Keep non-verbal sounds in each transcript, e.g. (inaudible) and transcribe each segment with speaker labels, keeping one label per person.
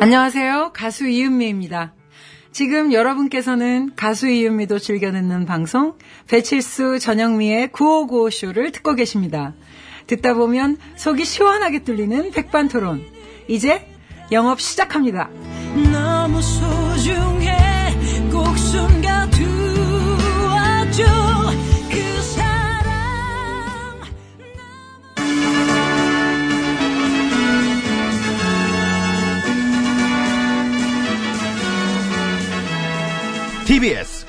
Speaker 1: 안녕하세요. 가수 이은미입니다. 지금 여러분께서는 가수 이은미도 즐겨 듣는 방송 배칠수 전영미의 9595쇼를 듣고 계십니다. 듣다 보면 속이 시원하게 뚫리는 백반토론. 이제 영업 시작합니다.
Speaker 2: 너무 소중해 꼭 숨겨두어줘 그 사람
Speaker 3: TBS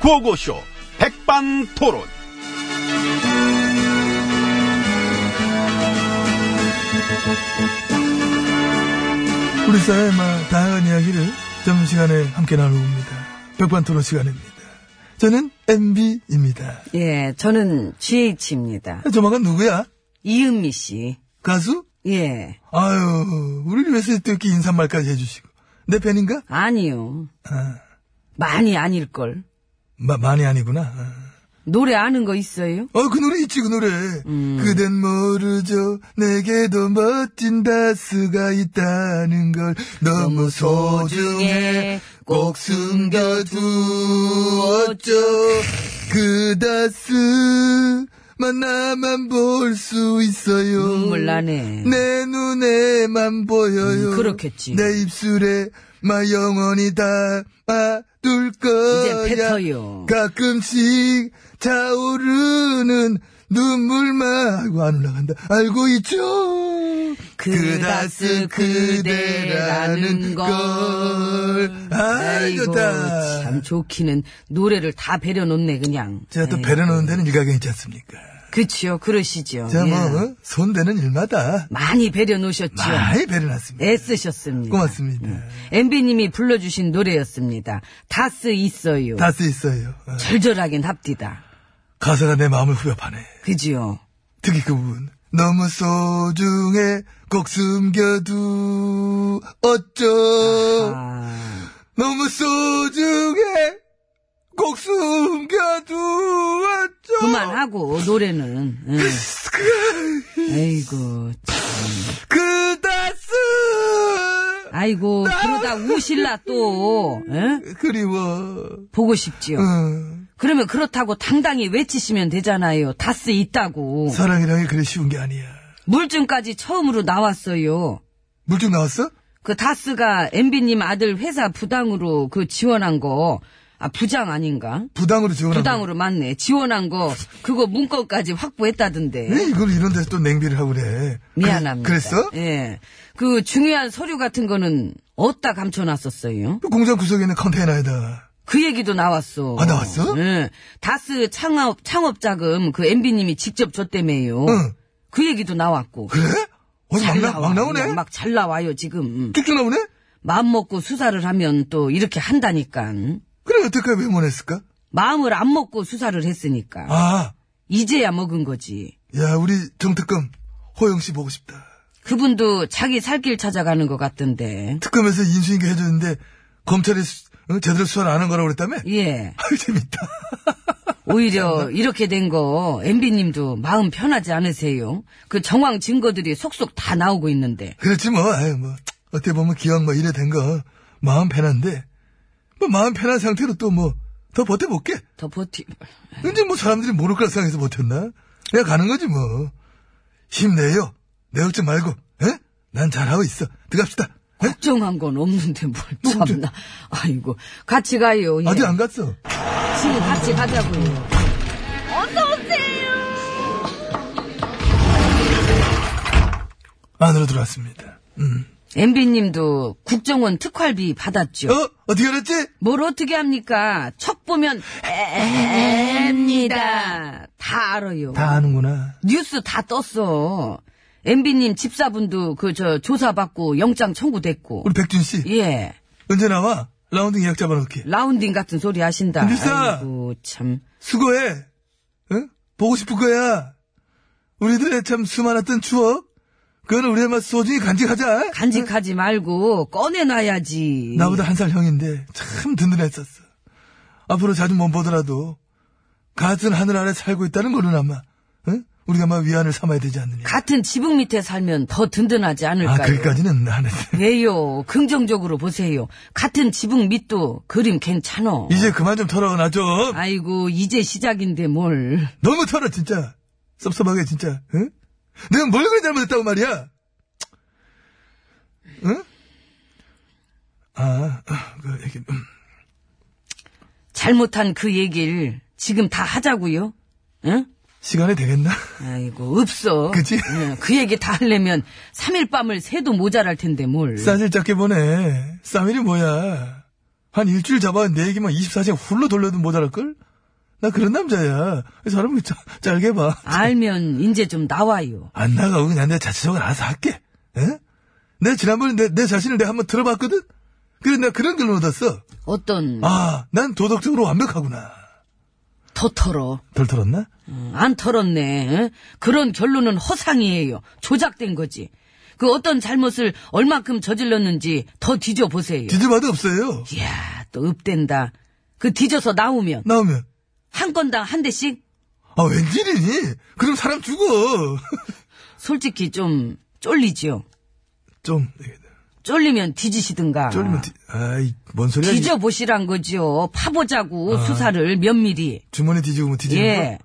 Speaker 3: 구호고쇼 백반토론.
Speaker 4: 우리 사회의 막 다양한 이야기를 점심시간에 함께 나눕니다. 백반토론 시간입니다. 저는 MB입니다.
Speaker 5: 예, 저는 GH입니다.
Speaker 4: 조만간 누구야?
Speaker 5: 이은미 씨.
Speaker 4: 가수?
Speaker 5: 예,
Speaker 4: 아유, 우리를 위해서 또 이렇게 인사말까지 해주시고. 내 팬인가?
Speaker 5: 아니요.
Speaker 4: 아,
Speaker 5: 많이 아닐걸.
Speaker 4: 마- 많이 아니구나. 아.
Speaker 5: 노래 아는 거 있어요?
Speaker 4: 어, 그 노래 있지, 그 노래. 그댄 모르죠. 내게도 멋진 다스가 있다는 걸. 너무 예. 소중해. 꼭 숨겨두었죠. 그 다스. 만나만 볼 수 있어요.
Speaker 5: 눈물 나네.
Speaker 4: 내 눈에만 보여요.
Speaker 5: 음, 그렇겠지.
Speaker 4: 내 입술에 마 영원히 담아둘 거야.
Speaker 5: 뱉어요.
Speaker 4: 가끔씩 자오르는 눈물만 아이고 안 올라간다 알고 있죠
Speaker 5: 그
Speaker 4: 그다스 그대라는 걸아
Speaker 5: 아이고,
Speaker 4: 좋다
Speaker 5: 참 좋기는 노래를 다 배려놓네, 그냥.
Speaker 4: 제가 또
Speaker 5: 예.
Speaker 4: 배려 놓는 데는 일가견 있지 않습니까
Speaker 5: 그치요, 그러시죠.
Speaker 4: 제가
Speaker 5: 예.
Speaker 4: 뭐 어? 손대는 일마다
Speaker 5: 많이 배려놓으셨죠.
Speaker 4: 많이 배려 놨습니다
Speaker 5: 애쓰셨습니다.
Speaker 4: 고맙습니다
Speaker 5: MB님이 불러주신 노래였습니다. 다스 있어요.
Speaker 4: 다스 있어요 어.
Speaker 5: 절절하긴 합디다.
Speaker 4: 가사가 내 마음을 후벼파네
Speaker 5: 그지요?
Speaker 4: 특히 그 부분. 너무 소중해, 꼭 숨겨두, 어쩌.
Speaker 5: 아,
Speaker 4: 너무 소중해, 꼭 숨겨두, 어쩌.
Speaker 5: 그만하고, 노래는.
Speaker 4: (laughs)
Speaker 5: 응. 아이고,
Speaker 4: 그다스!
Speaker 5: 아이고, 그러다 우실라 또, 응?
Speaker 4: 그리워. 어.
Speaker 5: 보고 싶지요.
Speaker 4: 응.
Speaker 5: 그러면 그렇다고 당당히 외치시면 되잖아요. 다스 있다고.
Speaker 4: 사랑이란 게 그리 쉬운 게 아니야.
Speaker 5: 물증까지 처음으로 나왔어요.
Speaker 4: 물증 나왔어?
Speaker 5: 그 다스가 MB님 아들 회사 부당으로 그 지원한 거, 아, 부장 아닌가?
Speaker 4: 부당으로 지원한
Speaker 5: 부당으로 맞네. 지원한 거, 그거 문건까지
Speaker 4: 거. 왜
Speaker 5: 확보했다던데.
Speaker 4: 이걸 이런 데서 또 냉비를 하고 그래.
Speaker 5: 미안합니다.
Speaker 4: 네? 그, 그랬어?
Speaker 5: 예. 그 중요한 서류 같은 거는 어디다 감춰놨었어요?
Speaker 4: 공장 구석에 있는 컨테이너에다.
Speaker 5: 그 얘기도 나왔어.
Speaker 4: 아, 나왔어?
Speaker 5: 예. 다스 창업, 창업 자금 그 MB님이 직접 줬다며요.
Speaker 4: 응.
Speaker 5: 그 얘기도 나왔고.
Speaker 4: 그래? 어디 막, 나, 막 나오네?
Speaker 5: 막 잘 나와요, 지금.
Speaker 4: 쭉쭉 나오네?
Speaker 5: 마음 먹고 수사를 하면 또 이렇게 한다니까.
Speaker 4: 그래, 어떻게 외면했을까?
Speaker 5: 마음을 안 먹고 수사를 했으니까.
Speaker 4: 아,
Speaker 5: 이제야 먹은 거지.
Speaker 4: 야, 우리 정특검, 호영 씨 보고 싶다.
Speaker 5: 그분도 자기 살 길 찾아가는 것 같던데.
Speaker 4: 특검에서 인수인계 해줬는데, 검찰이 수- 어? 제대로 수사를 안 한 거라고 그랬다며?
Speaker 5: 예.
Speaker 4: 아유, 재밌다. (laughs) 아,
Speaker 5: 오히려 이렇게 된 거 MB님도 마음 편하지 않으세요? 그 정황 증거들이 속속 다 나오고 있는데.
Speaker 4: 그렇지, 뭐, 아유, 뭐, 어떻게 보면 기왕 뭐 이래 된 거, 마음 편한데, 뭐, 마음 편한 상태로 또 뭐, 더 버텨볼게.
Speaker 5: 더 버티.
Speaker 4: 이제 뭐, 사람들이 모를 거라 생각해서 버텼나? 그냥 가는 거지, 뭐. 힘내요. 내욕지 말고, 에? 난 잘하고 있어. 들어갑시다. 에?
Speaker 5: 걱정한 건 없는데 뭘
Speaker 4: 뭐 걱정-
Speaker 5: 참나. 아이고 같이 가요. 예.
Speaker 4: 아직 안 갔어.
Speaker 5: 지금 같이 가자고요.
Speaker 4: 안으로 들어왔습니다. 음.
Speaker 5: MB님도 국정원 특활비 받았죠.
Speaker 4: 어? 어떻게 알았지?
Speaker 5: 뭘 어떻게 합니까? 척 보면 앱니다. 다 알아요.
Speaker 4: 다 아는구나.
Speaker 5: 뉴스 다 떴어. MB님 집사분도 그 저 조사받고 영장 청구됐고.
Speaker 4: 우리 백준 씨
Speaker 5: 예.
Speaker 4: 언제 나와? 라운딩 예약 잡아놓을게.
Speaker 5: 라운딩 같은 소리 하신다.
Speaker 4: 그 뉴스야!
Speaker 5: 아이고 참.
Speaker 4: 수고해. 응? 보고 싶을 거야. 우리들의 참 수많았던 추억. 그건 우리의 맛 소중히 간직하자.
Speaker 5: 간직하지 말고 꺼내놔야지.
Speaker 4: 나보다 한 살 형인데 참 든든했었어. 앞으로 자주 못 보더라도 같은 하늘 아래 살고 있다는 거는 아마 응? 우리가 막 위안을 삼아야 되지 않느냐.
Speaker 5: 같은 지붕 밑에 살면 더 든든하지
Speaker 4: 아,
Speaker 5: 않을까요?
Speaker 4: 그까지는 안 했어요.
Speaker 5: 왜요? 긍정적으로 보세요. 같은 지붕 밑도 그림 괜찮어.
Speaker 4: 이제 그만 좀 털어, 나 좀.
Speaker 5: 아이고, 이제 시작인데 뭘.
Speaker 4: 너무 털어, 진짜. 섭섭하게, 진짜. 응? 내가 뭘 그리 잘못했다고 말이야? 응? 아, 아, 그, 얘기, 음.
Speaker 5: 잘못한 그 얘기를 지금 다 하자고요? 응?
Speaker 4: 시간이 되겠나?
Speaker 5: 아이고, 없어.
Speaker 4: 그치?
Speaker 5: 응, 그 얘기 다 하려면 3일 밤을 새도 모자랄 텐데 뭘.
Speaker 4: 싸질 짧게 보네. 쌈일이 뭐야. 한 일주일 잡아 내 얘기만 24시간 훌로 돌려도 모자랄걸? 나 그런 남자야. 사람을 짜, 짧게 봐.
Speaker 5: 알면 이제 좀 나와요.
Speaker 4: 안 나가고 그냥 내 자체적으로 알아서 할게. 에? 내가 지난번에 내, 내 자신을 내가 한번 들어봤거든? 그래, 내가 그런 결론 얻었어.
Speaker 5: 어떤,
Speaker 4: 아, 난 도덕적으로 완벽하구나.
Speaker 5: 더 털어.
Speaker 4: 덜 털었나?
Speaker 5: 음, 안 털었네. 응? 그런 결론은 허상이에요. 조작된 거지. 그 어떤 잘못을 얼만큼 저질렀는지 더 뒤져보세요.
Speaker 4: 뒤집어도 없어요.
Speaker 5: 이야, 또 읍된다. 그 뒤져서 나오면
Speaker 4: 나오면.
Speaker 5: 한 건당 한 대씩
Speaker 4: 아, 웬일이니? 그럼 사람 죽어. (laughs)
Speaker 5: 솔직히 좀 쫄리지요.
Speaker 4: 좀,
Speaker 5: 쫄리면 뒤지시든가.
Speaker 4: 쫄리면, 뒤, 아이, 뭔 소리야. 이게.
Speaker 5: 뒤져보시란 거지요. 파보자고 수사를 면밀히.
Speaker 4: 주머니 아. 뭐 뒤집으면 뒤집는
Speaker 5: 예.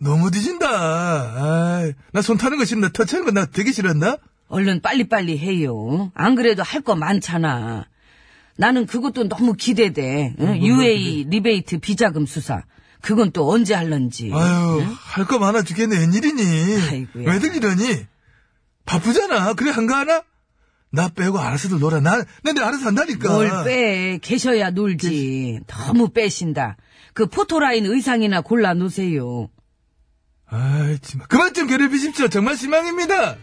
Speaker 4: 거? 너무 뒤진다. 아이, 나 손 타는 거 싫나? 터치하는 거 나 되게 싫었나?
Speaker 5: 얼른 빨리빨리 해요. 안 그래도 할 거 많잖아. 나는 그것도 너무 기대돼. 응? UA 리베이트 비자금 수사. 그건 또 언제 할런지.
Speaker 4: 아유, 할 거 많아 죽겠네. 웬일이니?
Speaker 5: 예. 아이고야.
Speaker 4: 왜들 이러니? 바쁘잖아. 그래, 한가하나? 나 빼고 알아서들 놀아. 나, 내 알아서 한다니까.
Speaker 5: 뭘 빼. 계셔야 놀지. 너무 빼신다. 그 포토라인 의상이나 골라 놓으세요.
Speaker 4: 아이, 정말. 그만 좀 괴롭히십시오. 정말 실망입니다.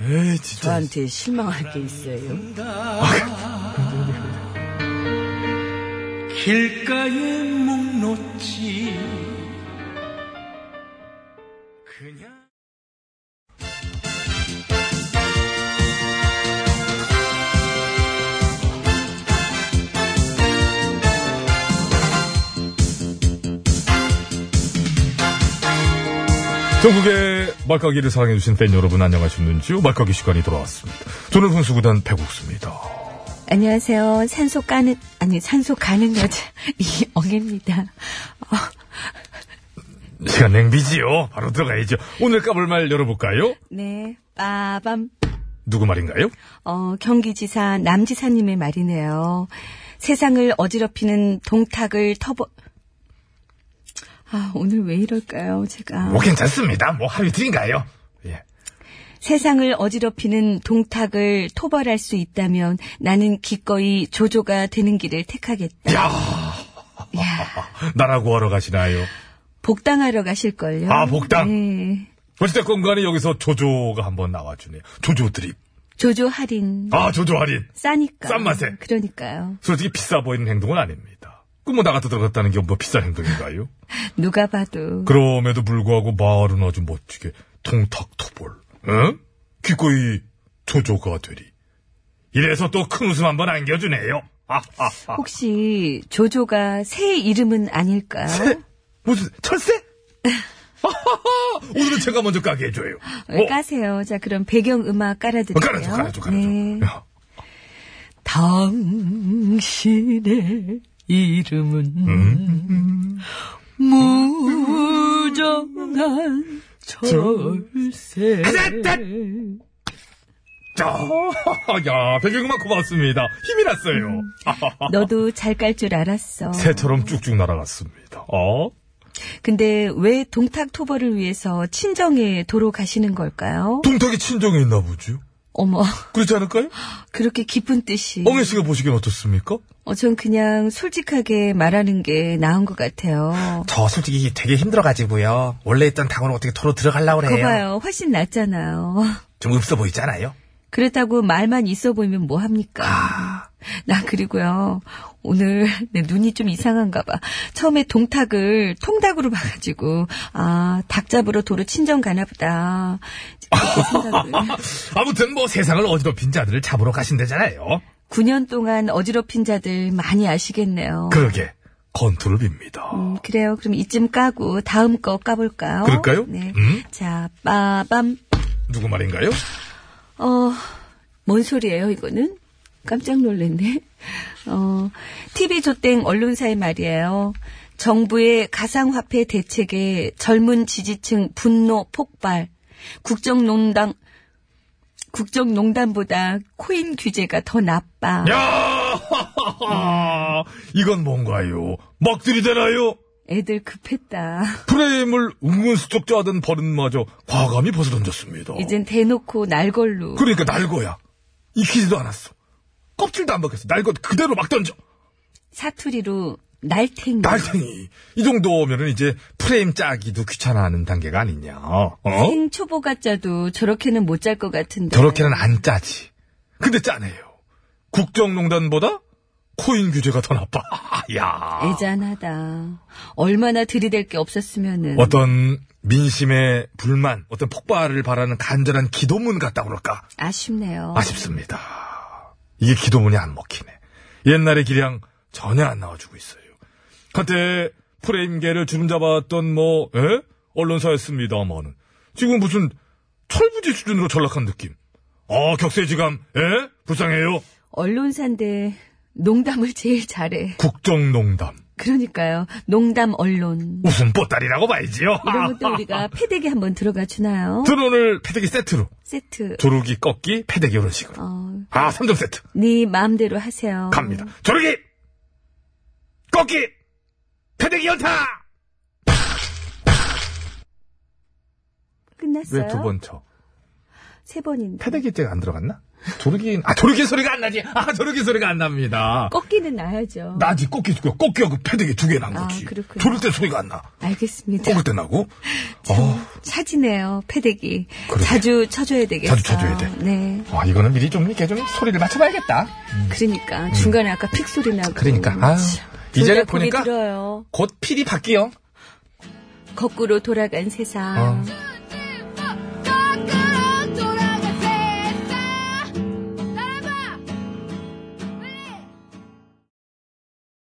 Speaker 4: 에이, 진짜.
Speaker 5: 저한테 실망할 게 있어요.
Speaker 2: 길가에 목 놓지
Speaker 6: 전국의 말까기를 사랑해주신 팬 여러분 안녕하셨는지요? 말까기 시간이 돌아왔습니다. 저는 훈수구단 배국수입니다.
Speaker 7: 안녕하세요. 산소 까는, 아니, 산소 가는 여자, (laughs) 이 엉입니다. 어,
Speaker 6: 시간 냉비지요? 바로 들어가야죠. 오늘 까볼 말 열어볼까요?
Speaker 7: 네, 빠밤.
Speaker 6: 누구 말인가요?
Speaker 7: 어, 경기지사 남지사님의 말이네요. 세상을 어지럽히는 동탁을 터버, 아, 오늘 왜 이럴까요, 제가.
Speaker 6: 뭐 괜찮습니다. 뭐 하위트인가요? 예.
Speaker 7: 세상을 어지럽히는 동탁을 토벌할 수 있다면 나는 기꺼이 조조가 되는 길을 택하겠다.
Speaker 6: 야
Speaker 7: 야,
Speaker 6: 나라고 하러 가시나요?
Speaker 7: 복당하러 가실걸요?
Speaker 6: 아, 복당.
Speaker 7: 네.
Speaker 6: 어찌됐건 간에 여기서 조조가 한번 나와주네요. 조조 드립.
Speaker 7: 조조 할인.
Speaker 6: 아, 조조 할인.
Speaker 7: 싸니까.
Speaker 6: 싼 맛에.
Speaker 7: 그러니까요.
Speaker 6: 솔직히 비싸 보이는 행동은 아닙니다. 그 뭐 나가서 들어갔다는 게 뭐 비싼 행동인가요?
Speaker 7: 누가 봐도.
Speaker 6: 그럼에도 불구하고 말은 아주 멋지게 통탁토볼. 응? 기꺼이 조조가 되리. 이래서 또 큰 웃음 한번 안겨주네요. 아, 아, 아.
Speaker 7: 혹시 조조가 새 이름은 아닐까요?
Speaker 6: 어? 무슨
Speaker 7: (laughs)
Speaker 6: 철새? 아하하! 오늘은 제가 먼저 까게 해줘요.
Speaker 7: 어,
Speaker 6: 어,
Speaker 7: 까세요. 자, 그럼 배경 음악 깔아드릴게요.
Speaker 6: 깔아줘, 깔아줘, 깔아줘.
Speaker 7: 네.
Speaker 6: 야,
Speaker 5: 당신의
Speaker 6: 음,
Speaker 5: 이름은 무정한 철새.
Speaker 6: 자, 야, 배경음악 고맙습니다. 힘이 났어요.
Speaker 7: 음.
Speaker 6: 아하하.
Speaker 7: 너도 잘 깔 줄 알았어.
Speaker 6: 새처럼 쭉쭉 날아갔습니다. 어?
Speaker 7: 근데 왜 동탁 토벌을 위해서 친정에 도로 가시는 걸까요?
Speaker 6: 동탁이 친정에 있나 보죠?
Speaker 7: 어머,
Speaker 6: 그렇지 않을까요?
Speaker 7: 네. 그렇게 기쁜 뜻이.
Speaker 6: 엉혜 씨가 보시기엔 어떻습니까?
Speaker 7: 어, 전 그냥 솔직하게 말하는 게 나은 것 같아요.
Speaker 8: 저 솔직히 되게 힘들어가지고요. 원래 있던 당으로 어떻게 도로 들어가려고
Speaker 6: 네.
Speaker 8: 그래요.
Speaker 7: 거봐요. 훨씬 낫잖아요.
Speaker 8: 좀 없어
Speaker 4: (laughs)
Speaker 8: 보이잖아요.
Speaker 7: 그렇다고 말만 있어 보이면 뭐 합니까?
Speaker 4: 아.
Speaker 7: 나 그리고요 오늘 내 눈이 좀 이상한가 봐. 처음에 동탁을 통닭으로 봐가지고 아 닭 잡으러 도로 친정 가나 보다.
Speaker 4: (laughs)
Speaker 7: 그렇게 생각을.
Speaker 6: 아무튼 뭐 세상을 어지럽힌 자들을 잡으러 가신다잖아요.
Speaker 7: 9년 동안 어지럽힌 자들 많이 아시겠네요.
Speaker 6: 그러게.
Speaker 4: 건투를 빕니다.
Speaker 5: 음, 그래요. 그럼 이쯤 까고 다음 거 까볼까요?
Speaker 4: 그럴까요?
Speaker 5: 네.
Speaker 4: 음?
Speaker 5: 자, 빠밤.
Speaker 4: 누구 말인가요?
Speaker 5: 어, 뭔 소리예요, 이거는? 깜짝 놀랐네. 어, TV 조땡 언론사의 말이에요. 정부의 가상화폐 대책에 젊은 지지층 분노 폭발. 국정농단, 국정농단보다 코인 규제가 더 나빠.
Speaker 4: 야! (laughs) 이건 뭔가요? 막들이 되나요?
Speaker 5: 애들 급했다.
Speaker 4: 프레임을 은근슬쩍 짜던 버릇마저 과감히 벗어던졌습니다.
Speaker 5: 이젠 대놓고 날 걸로.
Speaker 4: 그러니까 날 거야. 익히지도 않았어. 껍질도 안 벗겼어. 날 것 그대로 막 던져.
Speaker 5: 사투리로 날탱이.
Speaker 4: 날탱이. 이 정도면은 이제 프레임 짜기도 귀찮아하는 단계가 아니냐. 어?
Speaker 5: 생 초보 가짜도 저렇게는 못 짤 것 같은데.
Speaker 4: 저렇게는 안 짜지. 근데 짜네요. 국정농단보다 코인 규제가 더 나빠. (laughs) 야.
Speaker 5: 애잔하다. 얼마나 들이댈 게 없었으면은.
Speaker 4: 뭐? 어떤 민심의 불만, 어떤 폭발을 바라는 간절한 기도문 같다 그럴까?
Speaker 5: 아쉽네요.
Speaker 4: 아쉽습니다. 이게 기도문이 안 먹히네. 옛날의 기량 전혀 안 나와주고 있어요. 한때 프레임계를 주름잡았던 뭐, 에? 언론사였습니다마는. 지금 무슨 철부지 수준으로 전락한 느낌. 아, 격세지감, 에? 불쌍해요.
Speaker 5: 언론사인데 농담을 제일 잘해.
Speaker 4: 국정농담.
Speaker 5: 그러니까요. 농담 언론.
Speaker 4: 웃음 뽀따리라고 봐야지요.
Speaker 5: 이런 것도 우리가 패대기 한번 들어가 주나요?
Speaker 4: (laughs) 드론을 패대기 세트로.
Speaker 5: 세트.
Speaker 4: 조르기, 꺾기, 패대기 이런 식으로.
Speaker 5: 어,
Speaker 4: 아, 3점 세트.
Speaker 5: 네 마음대로 하세요.
Speaker 4: 갑니다. 조르기! 꺾기! 패대기 연타!
Speaker 5: 끝났어요.
Speaker 4: 왜 네, 두 번 쳐?
Speaker 5: 세 번인데.
Speaker 4: 패대기째가 안 들어갔나? 조르기, 아, 조르기 소리가 안 나지. 아, 조르기 소리가 안 납니다.
Speaker 5: 꺾기는 나야죠.
Speaker 4: 나지, 꺾기, 꺾기하고 패대기 두 개 난
Speaker 5: 아,
Speaker 4: 거지.
Speaker 5: 그렇군요.
Speaker 4: 조를 때 소리가 안 나.
Speaker 5: 알겠습니다.
Speaker 4: 꺾을 때 나고. 어,
Speaker 5: 사지네요, 패대기.
Speaker 4: 그러게.
Speaker 5: 자주 쳐줘야 되겠어.
Speaker 4: 자주 쳐줘야 돼.
Speaker 5: 네.
Speaker 4: 아,
Speaker 9: 와, 이거는 미리 좀 이렇게 좀 소리를 맞춰봐야겠다.
Speaker 4: 음.
Speaker 5: 그러니까 중간에 아까 픽 소리 나고.
Speaker 9: 그러니까, 아유. 이제는 보니까
Speaker 5: 들어요.
Speaker 9: 곧 필이 바뀌어.
Speaker 5: 거꾸로 돌아간 세상.
Speaker 9: 어.